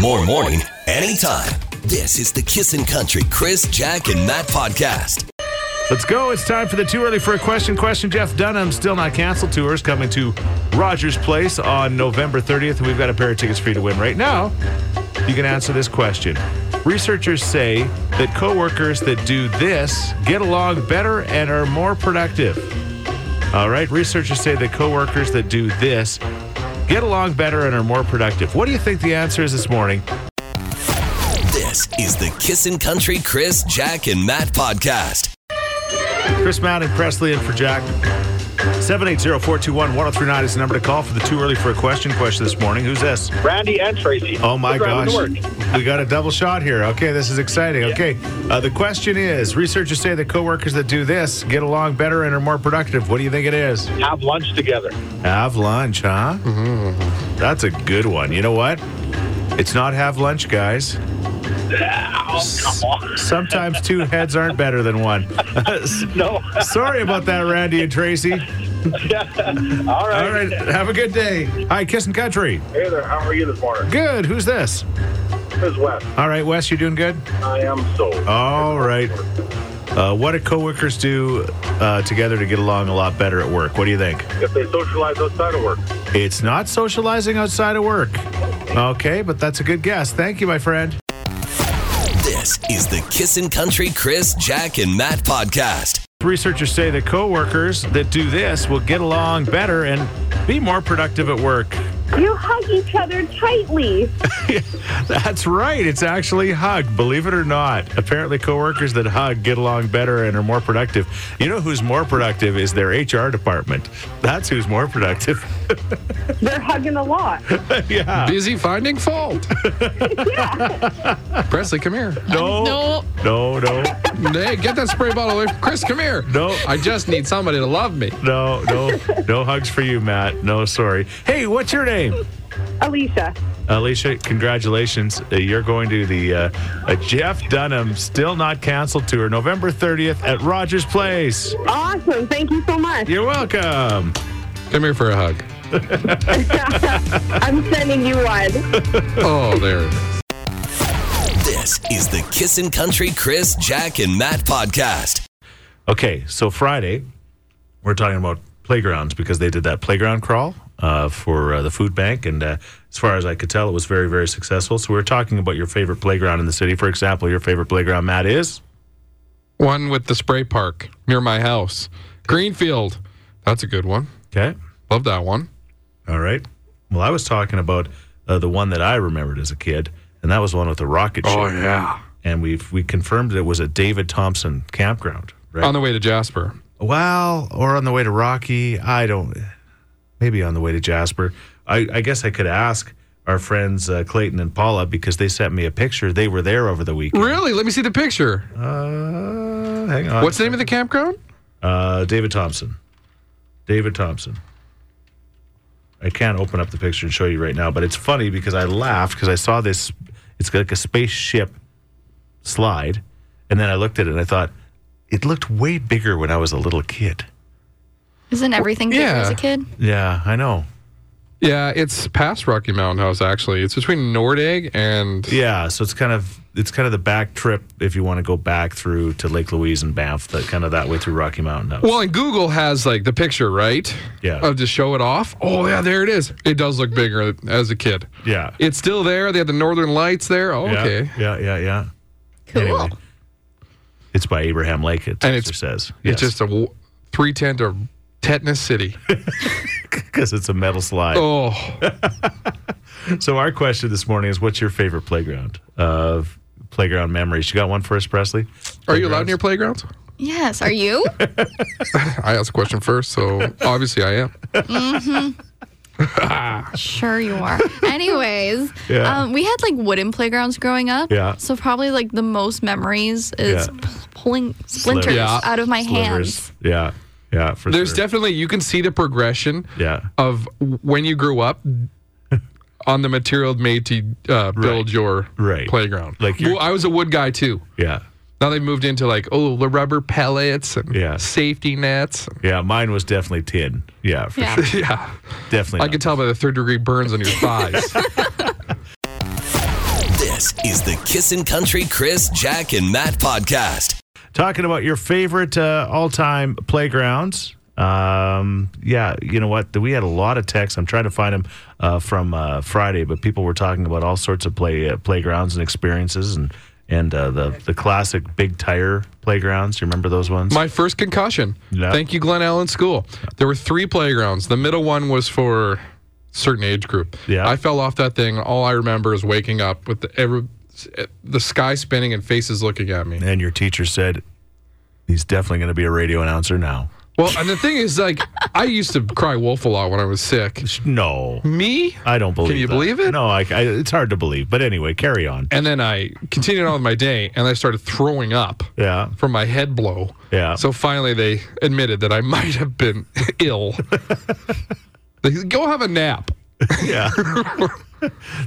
More morning, anytime. This is the Kissin' Country Chris, Jack, and Matt podcast. Let's go. It's time for the Too Early for a Question question. Jeff Dunham, Still Not Canceled Tours, coming to Rogers Place on November 30th. And we've got a pair of tickets for you to win right now. You can answer this question. Researchers say that coworkers that do this get along better and are more productive. All right. Researchers say that coworkers that do this get along better and are more productive. What do you think the answer is this morning? This is the Kissin' Country Chris, Jack, and Matt podcast. Chris Mount and Presley and for Jack. 780-421-1039 is the number to call for the too early for a question question this morning. Who's this? Randy and Tracy. Oh my We're driving gosh. to work. We got a double shot here. Okay, this is exciting. Yeah. Okay. Uh, the question is, researchers say that coworkers that do this get along better and are more productive. What do you think it is? Have lunch together. Have lunch, huh? Mm-hmm. That's a good one. You know what? It's not have lunch, guys. Oh, come on. Sometimes two heads aren't better than one. No. Sorry about that, Randy and Tracy. All right. All right, have a good day. Hi, Kissin' Country. Hey there, how are you this morning? Good. Who's this? This is Wes. All right, Wes, you doing good? I am so. Oh. All right. Uh, what do coworkers do uh, together to get along a lot better at work? What do you think? If they socialize outside of work, It's not socializing outside of work. Okay, but that's a good guess. Thank you, my friend. This is the Kissin' Country Chris, Jack, and Matt podcast. Researchers say that coworkers that do this will get along better and be more productive at work. You hug each other tightly. That's right. It's actually hug, believe it or not. Apparently, coworkers that hug get along better and are more productive. You know who's more productive is their HR department. That's who's more productive. They're hugging a lot. yeah. Busy finding fault. Presley, come here. No. No. No, no, Hey, get that spray bottle away from Chris. Come here. No. I just need somebody to love me. no, no, no hugs for you, Matt. No, sorry. Hey, what's your name? Alicia, Alicia, congratulations. Uh, you're going to the uh, uh, Jeff Dunham Still Not Canceled Tour, November 30th at Rogers Place. awesome. Thank you so much. You're welcome. Come here for a hug. I'm sending you one. Oh, there it is. This is the Kissin' Country Chris, Jack, and Matt podcast. Okay, so Friday, we're talking about playgrounds because they did that playground crawl uh, for uh, the food bank, and uh, as far as I could tell, it was very, very successful. So we were talking about your favorite playground in the city. For example, your favorite playground, Matt, is One with the spray park near my house. Greenfield. That's a good one. okay. Love that one. All right. Well, I was talking about uh, the one that I remembered as a kid, and that was the one with the rocket ship. yeah. And we've we confirmed it was a David Thompson campground, right? On the way to Jasper. Well, or on the way to Rocky. I don't. Maybe on the way to Jasper. I, I guess I could ask our friends uh, Clayton and Paula because they sent me a picture. They were there over the weekend. Really? Let me see the picture. Uh, hang on. What's the name of the campground? Uh, David Thompson. David Thompson. I can't open up the picture and show you right now, but it's funny because I laughed because I saw this. It's like a spaceship slide, and then I looked at it and I thought it looked way bigger when I was a little kid. Isn't everything bigger yeah. as a kid? Yeah, I know. Yeah, it's past Rocky Mountain House, actually. It's between Nordegg and Yeah, so it's kind of it's kind of the back trip if you want to go back through to Lake Louise and Banff, that kind of that way through Rocky Mountain. House. Well, and Google has like the picture, right? Yeah. Of to show it off. Oh yeah, there it is. It does look bigger as a kid. yeah, It's still there. They have the northern lights there. Oh, yeah, okay. yeah, yeah, yeah. Cool. Anyway, it's by Abraham Lake. It And and it's- says It's just a w- three ten to Tetanus City. because it's a metal slide. oh, So our question this morning is, what's your favorite playground of playground memories? You got one for us, Presley? are you allowed in your playgrounds? Yes. Are you? I asked a question first, so obviously I am. sure you are. Anyways, Yeah. um, we had like wooden playgrounds growing up. Yeah. So probably like the most memories is Yeah. p- pulling splinters Yeah. out of my Slivers. hands. Yeah, yeah. For There's Oh. sure. definitely you can see the progression yeah. of when you grew up on the material made to uh, build Right. your Right. playground. Like your- well, I was a wood guy too. Yeah, Now they moved into like oh the rubber pellets and Yeah. safety nets. yeah. Mine was definitely tin. Yeah, for Yeah. sure. Yeah, Definitely. I not can tell by the third degree burns on your thighs. This is the Kissin' Country Chris, Jack, and Matt podcast. talking about your favorite uh, all-time playgrounds. Um, yeah, you know what? We had a lot of texts. I'm trying to find them uh, from uh, Friday, but people were talking about all sorts of play uh, playgrounds and experiences, and and uh, the the classic big tire playgrounds. Do you remember those ones? My first concussion. Yeah. Thank you, Glen Allen School. There were three playgrounds. The middle one was for certain age group. Yeah. I fell off that thing. All I remember is waking up with the, every, the sky spinning and faces looking at me. and your teacher said he's definitely going to be a radio announcer now. Well, and the thing is, like, I used to cry wolf a lot when I was sick. No, Me? I don't believe. you that. believe it? No, I, I, it's hard to believe. But anyway, carry on. And then I continued on with my day, and I started throwing up Yeah. from my head blow. Yeah. So finally, they admitted that I might have been ill. they said, go have a nap. Yeah.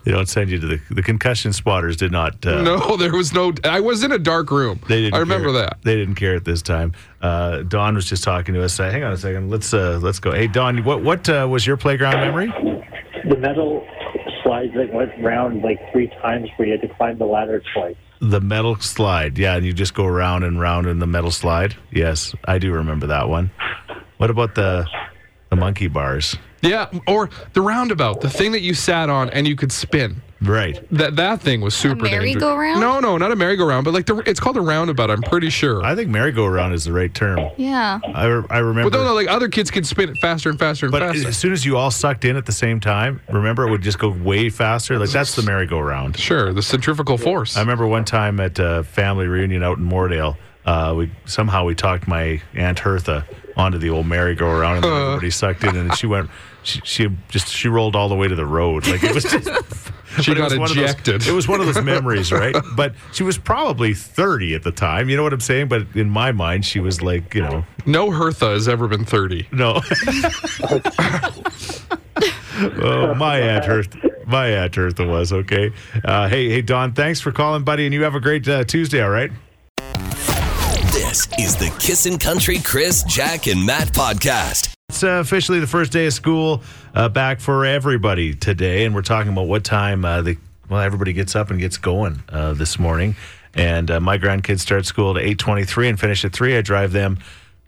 they don't send you to the the concussion spotters. Did not. Uh, No, there was no. I was in a dark room. They didn't. I remember care. that. They didn't care at this time. Uh, Don was just talking to us. Uh, hang on a second. Let's uh, let's go. Hey, Don, what what uh, was your playground memory? the metal slides that went round like three times where you had to climb the ladder twice. The metal slide. Yeah, and you just go round and round in the metal slide. Yes, I do remember that one. What about the the monkey bars? Yeah. Or the roundabout, the thing that you sat on and you could spin. Right. That that thing was super dangerous. merry-go-round? No, no, not a merry-go-round, but like the, it's called a roundabout. I'm pretty sure. I think merry-go-round is the right term. Yeah. I, re- I remember. but no, no, like other kids could spin it faster and faster and But faster. as soon as you all sucked in at the same time, remember it would just go way faster. Like that's the merry-go-round. Sure, the centrifugal force. I remember one time at a family reunion out in Moordale, uh, we somehow we talked my aunt Hertha onto the old merry-go-round, Uh. and then everybody sucked in, and she went. She, she just she rolled all the way to the road. Like it was just. she but it got was one of those- ejected. it was one of those memories, right? But she was probably 30 at the time. You know what I'm saying? But in my mind, she was like, you know, no Hertha has ever been 30. no. oh, my aunt Hertha. My aunt Hertha was okay. Uh, hey, hey, Don. Thanks for calling, buddy, and you have a great uh, Tuesday. All right. This is the Kissin' Country Chris, Jack, and Matt podcast. It's uh, officially the first day of school uh, back for everybody today, and we're talking about what time uh, the well everybody gets up and gets going uh, this morning. And uh, my grandkids start school at eight twenty three and finish at three. I drive them.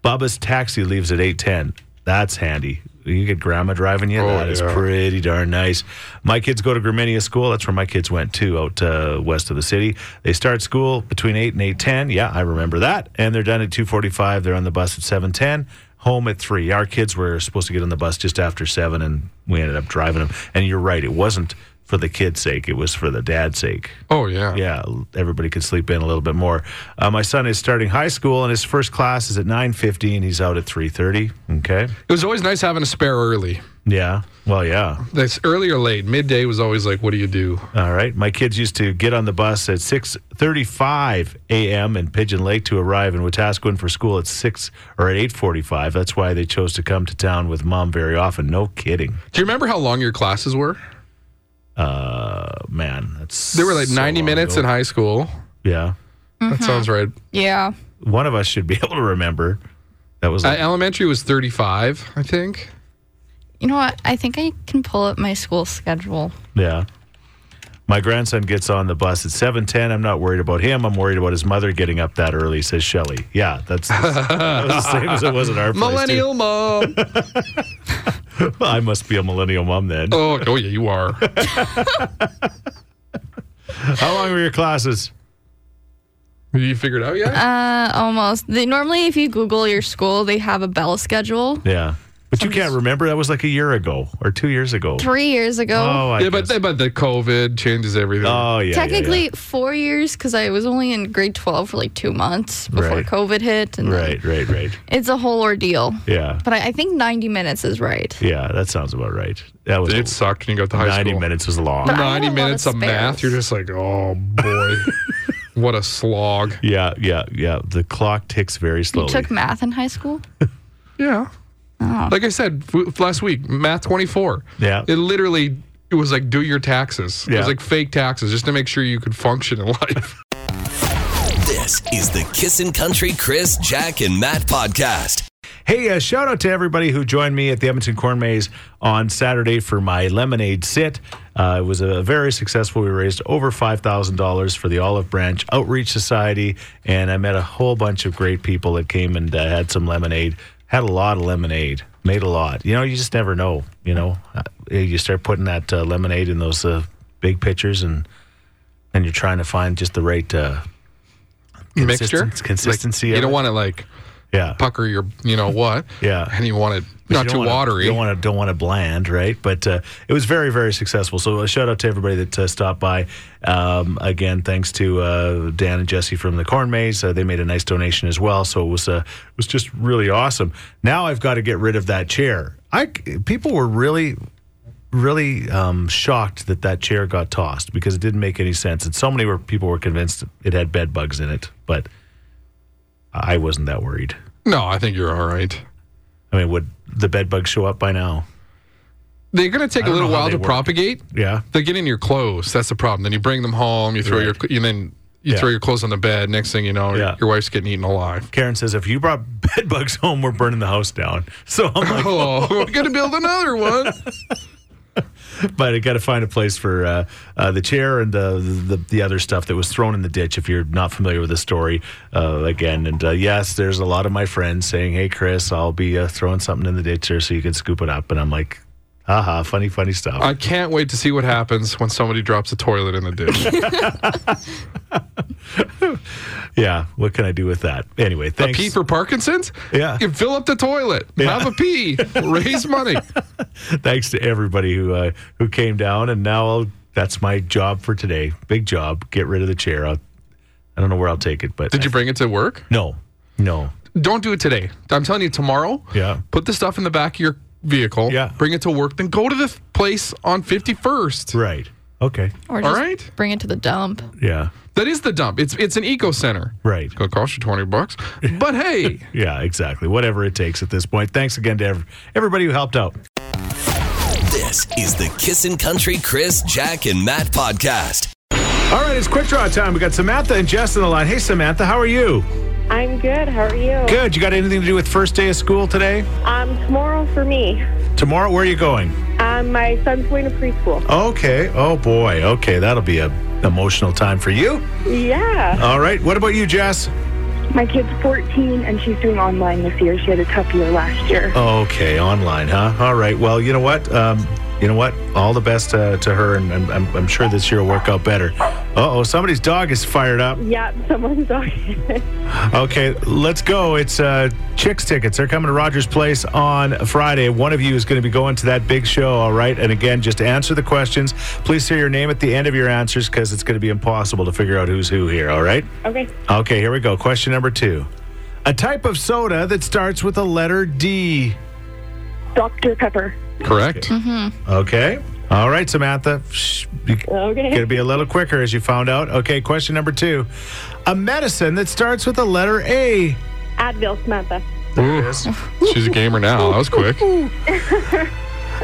Bubba's taxi leaves at eight ten. That's handy. You get grandma driving you. That is yeah. pretty darn nice. My kids go to Graminia School. That's where my kids went too, out uh, west of the city. They start school between eight and eight ten. Yeah, I remember that. And they're done at two forty five. They're on the bus at seven ten. Home at three. Our kids were supposed to get on the bus just after seven, and we ended up driving them. And you're right, it wasn't for the kids' sake; it was for the dad's sake Oh yeah. yeah, everybody could sleep in a little bit more. Uh, my son is starting high school, and his first class is at nine fifteen. He's out at three thirty. Okay. It was always nice having a spare early. Yeah. Well, yeah. That's early or late. Midday was always like, what do you do? All right. My kids used to get on the bus at six thirty-five a.m. in Pigeon Lake to arrive in Wetaskiwin for school at six or at eight forty-five. That's why they chose to come to town with mom very often. No kidding. Do you remember how long your classes were? Uh, man, that's They were like so 90 long minutes ago. in high school. yeah. Mm-hmm. That sounds right. Yeah. One of us should be able to remember. That was Uh, like, elementary was 35, I think. You know what? I think I can pull up my school schedule. Yeah. My grandson gets on the bus at 7:10. I'm not worried about him. I'm worried about his mother getting up that early, says Shelley. Yeah, that's that was the same as it was at our place. too. Millennial mom. I must be a millennial mom then. oh, oh yeah, you are. How long were your classes? You figured out yet? Uh, almost. They normally, if you Google your school, they have a bell schedule. Yeah. But you can't remember that was like a year ago or 2 years ago. Three years ago. Oh, I yeah, but guess. the, but the COVID changes everything. Oh, yeah. yeah, yeah. Technically, four years because I was only in grade 12 for like two months before Right. COVID hit. And then Right, right, right. It's a whole ordeal. Yeah. But I, I think 90 minutes is right. Yeah, that sounds about right. That was it sucked when you got to high 90 school. minutes was long. But I had a 90 lot of minutes of math. spares. You're just like, oh boy, what a slog. Yeah, yeah, yeah. The clock ticks very You slowly. took math in high school? Yeah. Like I said f- last week, math 24. Yeah. It literally it was like do your taxes. It Yeah. was like fake taxes just to make sure you could function in life. This is the Kissin' Country Chris, Jack, and Matt podcast. Hey, uh, shout out to everybody who joined me at the Edmonton Corn Maze on Saturday for my lemonade sit. Uh, it was a very successful. We raised over five thousand dollars for the Olive Branch Outreach Society, and I met a whole bunch of great people that came and uh, had some lemonade. Had a lot of lemonade. Made a lot. You know, you just never know. You know, Uh, you start putting that uh, lemonade in those uh, big pitchers, and and you're trying to find just the right uh, Mixture. consisten- consistency. Like, of you don't it. want to like yeah. pucker your, you know what? Yeah. And you want it not You too don't wanna- watery. You don't want to don't want to bland, right? But uh, it was very very successful. So a shout out to everybody that uh, stopped by. Um, again, thanks to uh, Dan and Jesse from the Corn Maze. Uh, they made a nice donation as well. So it was uh, it was just really awesome. Now I've got to get rid of that chair. I c- people were really really um, shocked that that chair got tossed because it didn't make any sense, and so many were, people were convinced it had bed bugs in it, but. I wasn't that worried. no, I think you're all right. I mean, would the bed bugs show up by now? They're going to take I a don't little know how while they to work. propagate. Yeah. They get in your clothes. That's the problem. Then you bring them home. You throw your Right. your and then you Yeah. throw your clothes on the bed. Next thing you know, Yeah. your wife's getting eaten alive. Karen says, if you brought bed bugs home, we're burning the house down. So I'm like, Oh, we're going to build another one. but I got to find a place for uh, uh, the chair and the, the the other stuff that was thrown in the ditch. If you're not familiar with the story, uh, again, and uh, yes, there's a lot of my friends saying, "Hey, Chris, I'll be uh, throwing something in the ditch here so you can scoop it up," and I'm like, haha, funny, funny stuff. I can't wait to see what happens when somebody drops a toilet in the ditch. yeah, what can I do with that? Anyway, thanks. pee for Parkinson's? Yeah. You fill up the toilet. Have a pee. Raise money. thanks to everybody who uh, who came down and now I'll, that's my job for today big job get rid of the chair I'll, i don't know where i'll take it but Did you bring it to work? no no Don't do it today. I'm telling you, tomorrow. Yeah. Put the stuff in the back of your vehicle. Yeah. Bring it to work. Then go to the place on 51st. right okay Or All just right. bring it to the dump. yeah That is the dump. It's it's an eco center. Right. It's gonna cost you twenty bucks. But hey, yeah exactly whatever it takes at this point thanks again to ev- everybody who helped out This is the Kissin' Country Chris, Jack, and Matt podcast. all right it's quick draw time we got samantha and jess on the line hey samantha how are you I'm good. How are you? good you got anything to do with first day of school today Um, tomorrow for me, tomorrow where are you going um, my son's going to preschool. okay oh boy okay that'll be a emotional time for you Yeah. all right what about you jess My kid's 14 and she's doing online this year. She had a tough year last year. Okay, online, huh? All right. Well, you know what? Um, you know what? All the best uh, to her, and I'm, I'm, I'm sure this year will work out better. Uh oh, somebody's dog is fired up. Yeah, someone's talking. Okay, let's go. It's uh, Chicks tickets. They're coming to Rogers Place on Friday. One of you is going to be going to that big show, all right? And again, just answer the questions. Please say your name at the end of your answers because it's going to be impossible to figure out who's who here, all right? okay. Okay, here we go. Question number two A type of soda that starts with a letter D. Dr. Pepper. correct. Okay. All right, Samantha. Shh, You Okay. gotta be a little quicker as you found out. Okay, question number two. A medicine that starts with the letter A. Advil, Samantha. She's a gamer now. That was quick.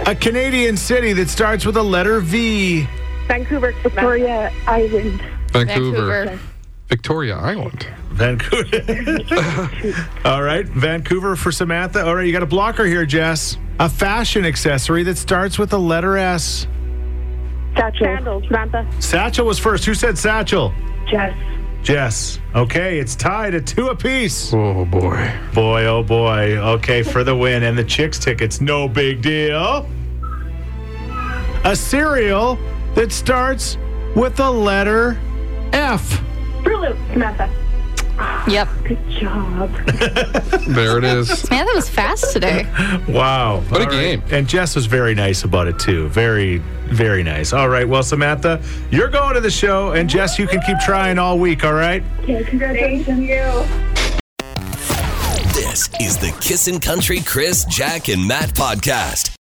A Canadian city that starts with a letter V. Vancouver, Samantha. Victoria Island. Vancouver. Victoria Island. Vancouver. All right, Vancouver for Samantha. All right, you got a blocker here, Jess. A fashion accessory that starts with the letter S. Satchel. Sandals, Samantha. Satchel was first. Who said satchel? Jess. Jess. Okay, it's tied at two apiece. Oh boy. Boy, oh boy. Okay, for the win and the chicks tickets, no big deal. A cereal that starts with the letter F. Fruit Samantha. Yep. Good job. There it is. Man, that was fast today. Wow. What a All right. game. And Jess was very nice about it too. Very, very nice. All right, well, Samantha, you're going to the show, and Jess, you can keep trying all week, all right? Okay, congratulations. This is the Kissin' Country Chris, Jack, and Matt podcast.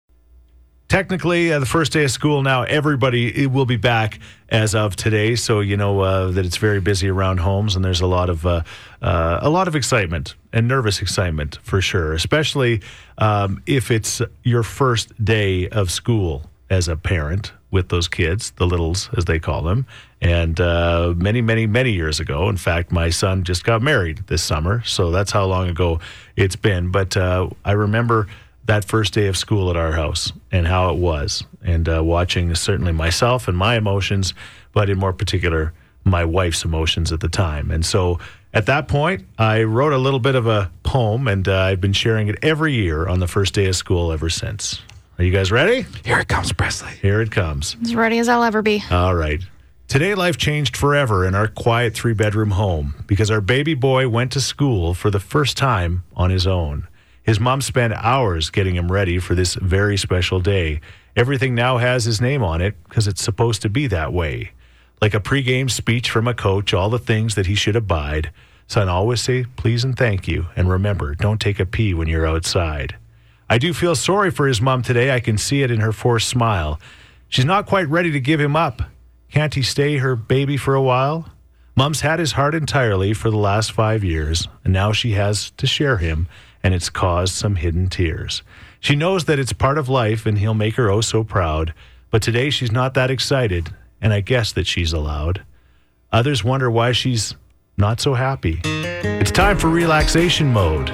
technically uh, the first day of school now everybody it will be back as of today so you know uh, that it's very busy around homes and there's a lot of uh, uh, a lot of excitement and nervous excitement for sure especially um, if it's your first day of school as a parent with those kids, the littles as they call them, and uh, many, many, many years ago. In fact, my son just got married this summer, so that's how long ago it's been. But uh, I remember that first day of school at our house and how it was, and uh, watching certainly myself and my emotions, but in more particular, my wife's emotions at the time. And so at that point, I wrote a little bit of a poem, and uh, I've been sharing it every year on the first day of school ever since. Are you guys ready? Here it comes, Presley. Here it comes. As ready as I'll ever be. All right. Today, life changed forever in our quiet three bedroom home because our baby boy went to school for the first time on his own. His mom spent hours getting him ready for this very special day. Everything now has his name on it because it's supposed to be that way. Like a pregame speech from a coach, all the things that he should abide. Son, always say please and thank you. And remember, don't take a pee when you're outside. I do feel sorry for his mom today. I can see it in her forced smile. She's not quite ready to give him up. Can't he stay her baby for a while? Mum's had his heart entirely for the last five years, and now she has to share him, and it's caused some hidden tears. She knows that it's part of life, and he'll make her oh so proud. But today she's not that excited, and I guess that she's allowed. Others wonder why she's not so happy. It's time for relaxation mode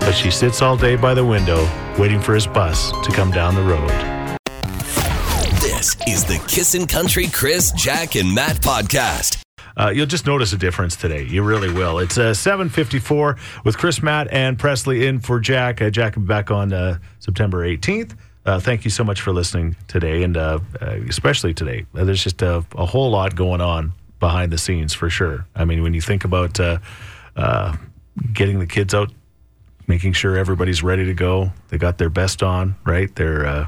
but she sits all day by the window waiting for his bus to come down the road. This is the Kissin' Country Chris, Jack, and Matt podcast. Uh, you'll just notice a difference today. You really will. It's uh, 7:54 with Chris, Matt, and Presley in for Jack. Uh, Jack will be back on uh, September 18th. Uh, thank you so much for listening today, and uh, uh, especially today. Uh, there's just a, a whole lot going on behind the scenes for sure. I mean, when you think about uh, uh, getting the kids out, making sure everybody's ready to go, they got their best on, right? Their uh,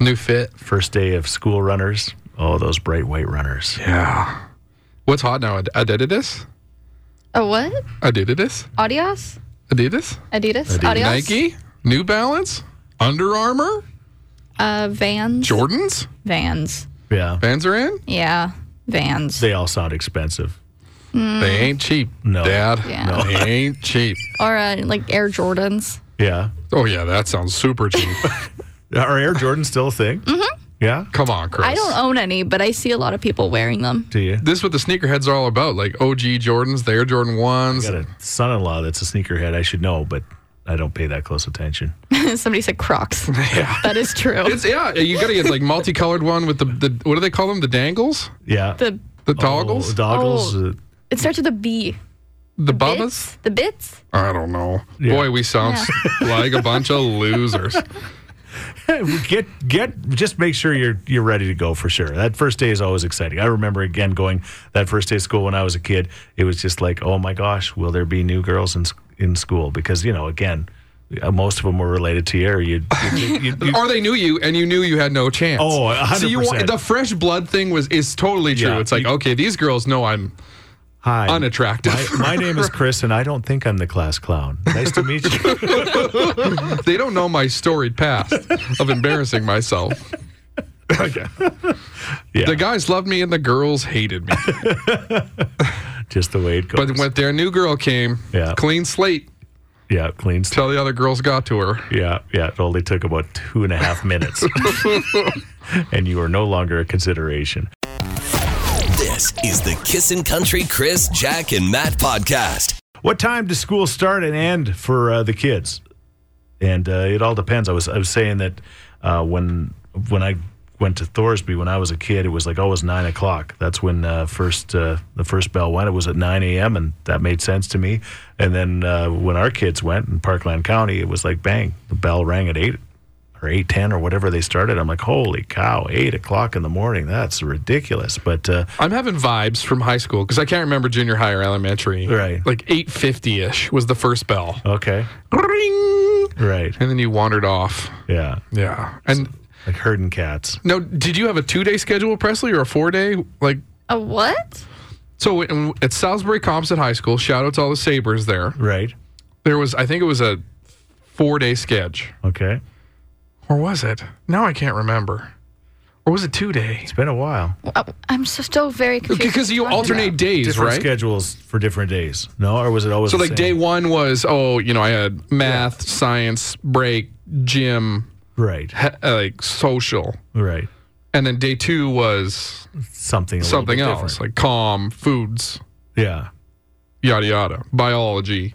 New fit. first day of school runners. Oh, those bright white runners. Yeah. What's hot now? Ad- Adidas? Oh, what? Adidas? Adios? Adidas? Adidas? Adidas. Adios? Nike? New Balance? Under Armour? Uh, Vans? Jordans? Vans. Yeah. Vans are in? Yeah. Vans. They all sound expensive. They ain't cheap. No. Dad. Hmm. Yeah. No. They ain't cheap. or uh, like Air Jordans. Yeah. Oh, yeah, that sounds super cheap. Are Air Jordans still a thing? Mm-hmm. Yeah. Come on, Chris. I don't own any, but I see a lot of people wearing them. Do you? This is what the sneakerheads are all about. Like OG Jordans, the Air Jordan 1s. I got a son-in-law that's a sneakerhead. I should know, but I don't pay that close attention. Somebody said Crocs. That is true. It's yeah, you gotta get like multicolored one with the, the what do they call them? The dangles? Yeah. the The toggles? Oh, Doggles. Oh. uh, it starts with a B. the bubbas? Bits? The bits? I don't know. Boy, we sound like a bunch of losers. get get just make sure you're you're ready to go for sure. That first day is always exciting. I remember again going that first day of school when I was a kid. It was just like, oh my gosh, will there be new girls in s- in school? Because you know, again, uh, most of them were related to you. Or you, you, you, you- or they knew you and you knew you had no chance. Oh, a hundred So you want percent. the fresh blood thing was is totally true. Yeah. It's like, okay, these girls know I'm hi, unattractive. I- my name is Chris, and I don't think I'm the class clown. Nice to meet you. they don't know my storied past of embarrassing myself. Okay. Yeah. The guys loved me and the girls hated me. just the way it goes. But when their new girl came, Yeah. clean slate yeah, clean. St- till the other girls got to her. yeah, yeah. It only took about two and a half minutes, and you are no longer a consideration. This is the Kissin' Country Chris, Jack, and Matt podcast. What time does school start and end for uh, the kids? And uh, it all depends. I was I was saying that uh, when when I went to Thorsby when I was a kid, it was like always nine o'clock. That's when uh, first uh, the first bell went. It was at nine a.m. and that made sense to me. And then uh, when our kids went in Parkland County, it was like bang, the bell rang at eight or eight ten or whatever they started. I'm like, holy cow, eight o'clock in the morning. That's ridiculous. But uh, I'm having vibes from high school because I can't remember junior high or elementary. Right. Like 850 ish was the first bell. okay, Ring! right, And then you wandered off. yeah, Yeah. And like herding cats. no, did you have a two day schedule, Presley, or a four day? Like, A what? so in- at Salisbury Compson High School, shout out to all the Sabres there. Right. There was, I think it was a four day sketch. Okay. Or was it? Now I can't remember. Or was it two day? It's been a while. Oh, I'm so, still very confused. Because you alternate days, Different right? schedules for different days. No, or was it always So the like day same? one was oh you know I had math, science, break, gym, Right. he- uh, like social, Right. And then day two was Something. a little something bit else, different. like calm, foods, yeah. yada yada, biology.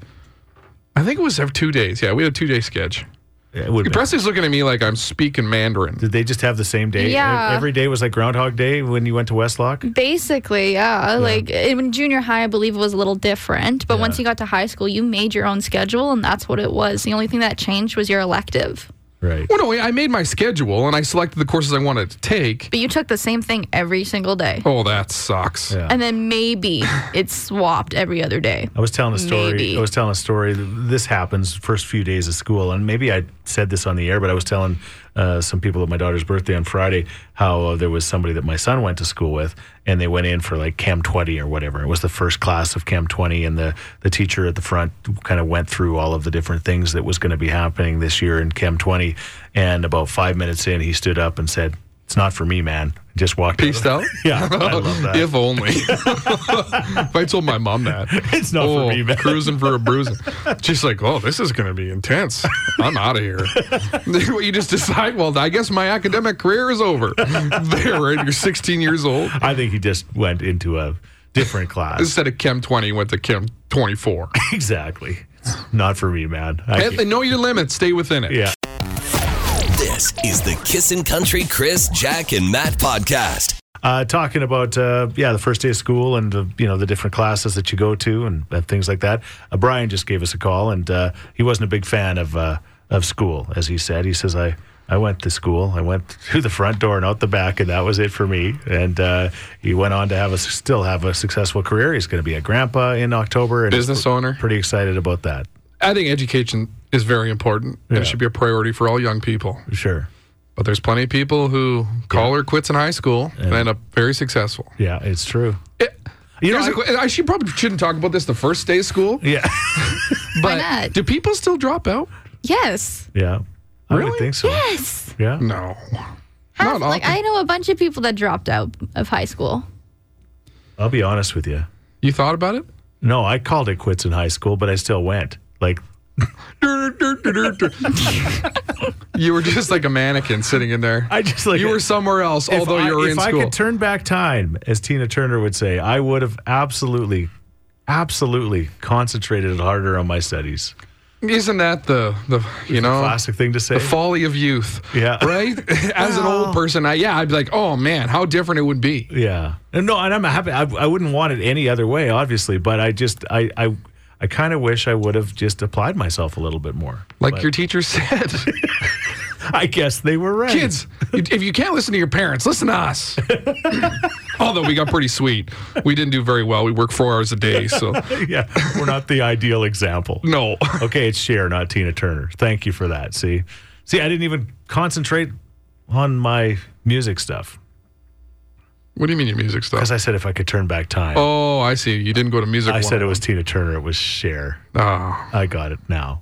I think it was every two days. Yeah, we had a two day sketch. Yeah, It would have been. Presley's looking at me like I'm speaking Mandarin. Did they just have the same day? Yeah. Every day was like Groundhog Day when you went to Mm. Westlock? Basically, yeah. Like in junior high, I believe it was a little different. But once you got to high school, you made your own schedule, and that's what it was. The only thing that changed was your elective. Right. Well, no, I made my schedule and I selected the courses I wanted to take. But you took the same thing every single day. Oh, that sucks. Yeah. And then maybe it's swapped every other day. I was telling a story. Maybe. I was telling a story. This happens first few days of school, and maybe I said this on the air, but I was telling uh, some people at my daughter's birthday on Friday how uh, there was somebody that my son went to school with, and they went in for like Chem 20 or whatever. It was the first class of Chem 20, and the the teacher at the front kind of went through all of the different things that was going to be happening this year in Chem 20. And about five minutes in, he stood up and said, "It's not for me, man." Just walked. Peaced out? Yeah, I love that. If only. if I told my mom that. It's not for oh, me, man. Cruising for a bruising. She's like, oh, this is going to be intense. I'm out of here. What you just decide, well, I guess my academic career is over. there, right? You're 16 years old. I think he just went into a different class. Instead of Chem 20, went to Chem 24. Exactly. Not for me, man. I and, and know your limits. Stay within it. yeah. This is the Kissin' Country Chris, Jack, and Matt podcast. Uh, talking about uh, yeah, the first day of school and the you know the different classes that you go to and, and things like that. Uh, Brian just gave us a call and uh, he wasn't a big fan of uh, of school, as he said. He says I. I went to school. I went through the front door and out the back, and that was it for me. And uh, he went on to have a still have a successful career. He's going to be a grandpa in October. And Business owner. Pretty excited about that. I think education is very important. and Yeah. It should be a priority for all young people. Sure. But there's plenty of people who call or quits in high school and end up very successful. Yeah, it's true. You know, Here's a I- que- I should probably shouldn't talk about this the first day of school, Yeah. but not? do people still drop out? Yes. Yeah. I would think so. Yes. Yeah. No. Half- Not like often. I know a bunch of people that dropped out of high school. I'll be honest with you. You thought about it? No, I called it quits in high school, but I still went. Like, you were just like a mannequin sitting in there. I just like you were if somewhere else, although I, you were if in I school. could turn back time, as Tina Turner would say, I would have absolutely, absolutely concentrated harder on my studies. Isn't that the the you know Classic thing to say. Oh. the folly of youth? Yeah. Right? As an old person, I yeah, I'd be like, oh man, how different it would be. Yeah. And no, and I'm happy. I, I wouldn't want it any other way, obviously, but I just, I, I, I kind of wish I would have just applied myself a little bit more. Like But your teacher said, I guess they were right. kids, if you can't listen to your parents, listen to us. Although we got pretty sweet, we didn't do very well. We worked four hours a day, so yeah, we're not the ideal example. no. Okay, it's Cher, not Tina Turner. Thank you for that. See, see, I didn't even concentrate on my music stuff What do you mean your music because stuff? I said if I could turn back time, Oh, I see. You didn't go to music. I said it 101. was Tina Turner. It was Cher. Oh, I got it now.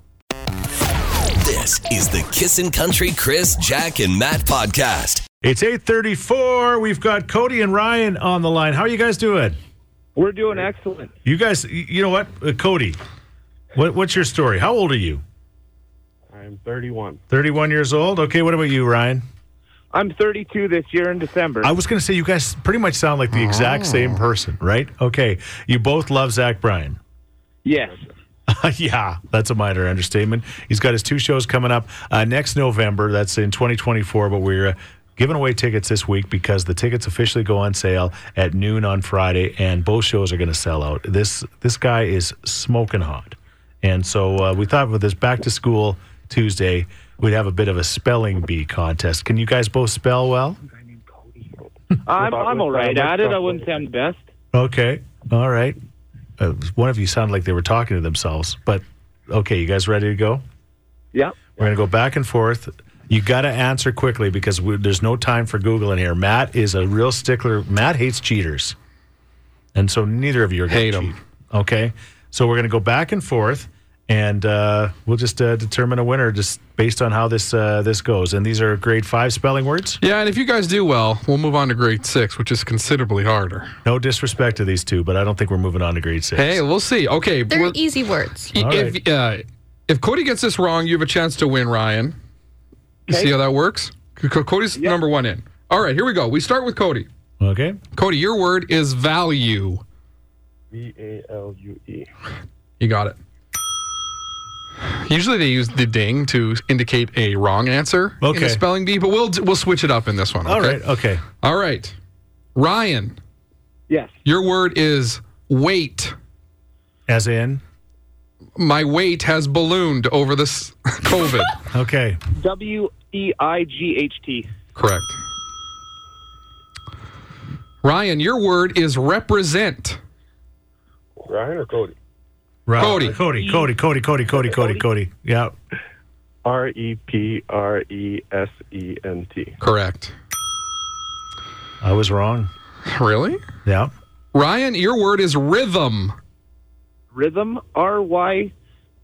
This is the Kissin' Country Chris, Jack, and Matt podcast. It's eight thirty-four. We've got Cody and Ryan on the line. How are you guys doing? We're doing excellent. You guys, y- you know what, uh, Cody? What, what's your story? How old are you? I'm 31. Thirty-one years old. Okay. What about you, Ryan? I'm 32 this year in December. I was going to say you guys pretty much sound like the exact same person, right? Okay. You both love Zach Bryan. yes. yeah, that's a minor understatement. He's got his two shows coming up uh, next November. That's in 2024, but we're uh, giving away tickets this week because the tickets officially go on sale at noon on Friday, and both shows are going to sell out. This this guy is smoking hot, and so uh, we thought with this back to school Tuesday, we'd have a bit of a spelling bee contest. Can you guys both spell well? I'm, Without- I'm all right without- at it. I wouldn't say I'm the best. Okay, all right. Uh, one of you sounded like they were talking to themselves, but okay, you guys ready to go? Yeah. We're going to go back and forth. You got to answer quickly because we, there's no time for Google in here. Matt is a real stickler. Matt hates cheaters. And so neither of you are going Hate to 'em. cheat. Okay. So we're going to go back and forth and uh, we'll just uh, determine a winner just based on how this uh, this goes. And these are grade five spelling words. yeah. And if you guys do well, we'll move on to grade six, which is considerably harder. No disrespect to these two, but I don't think we're moving on to grade six. Hey, we'll see. Okay, They're we're- easy words. i- All if uh, if Cody gets this wrong, you have a chance to win, Ryan. You see how that works? C- C- Cody's number one in. All right, here we go. We start with Cody. Okay. Cody, your word is value. V A L U E. You got it. Usually they use the ding to indicate a wrong answer in Okay. a spelling bee, but we'll we'll switch it up in this one. Okay? All right. Okay. All right. Ryan, Yes. your word is weight. As in. My weight has ballooned over this COVID. Okay. W E I G H T. Correct. Ryan, your word is represent. Ryan or Cody? Right. Cody. Cody. Cody. Cody. Cody. Cody. Cody. Cody. Yeah. R E P R E S E N T. Correct. I was wrong. Really? Yeah. Ryan, your word is rhythm. Rhythm. R Y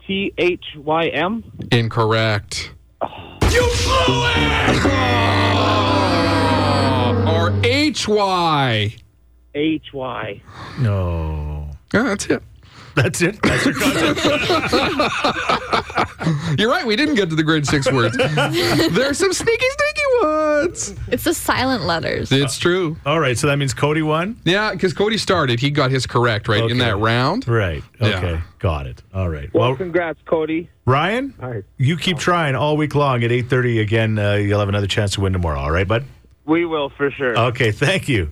T H Y M. Incorrect. Oh, You blew it! Or H-Y. H Y. No. Yeah, that's it. That's it. That's your concept. You're right, we didn't get to the grade six words. There's some sneaky, sneaky ones. It's the silent letters. It's true. All right. So that means Cody won. Yeah, because Cody started. He got his correct, right, in Okay. that round. Right. Yeah. Okay. Got it. All right. Well, Well, congrats, Cody. Ryan, Hi. you keep trying all week long. At 8:30 again, uh, you'll have another chance to win tomorrow. All right, bud. We will for sure. Okay, thank you.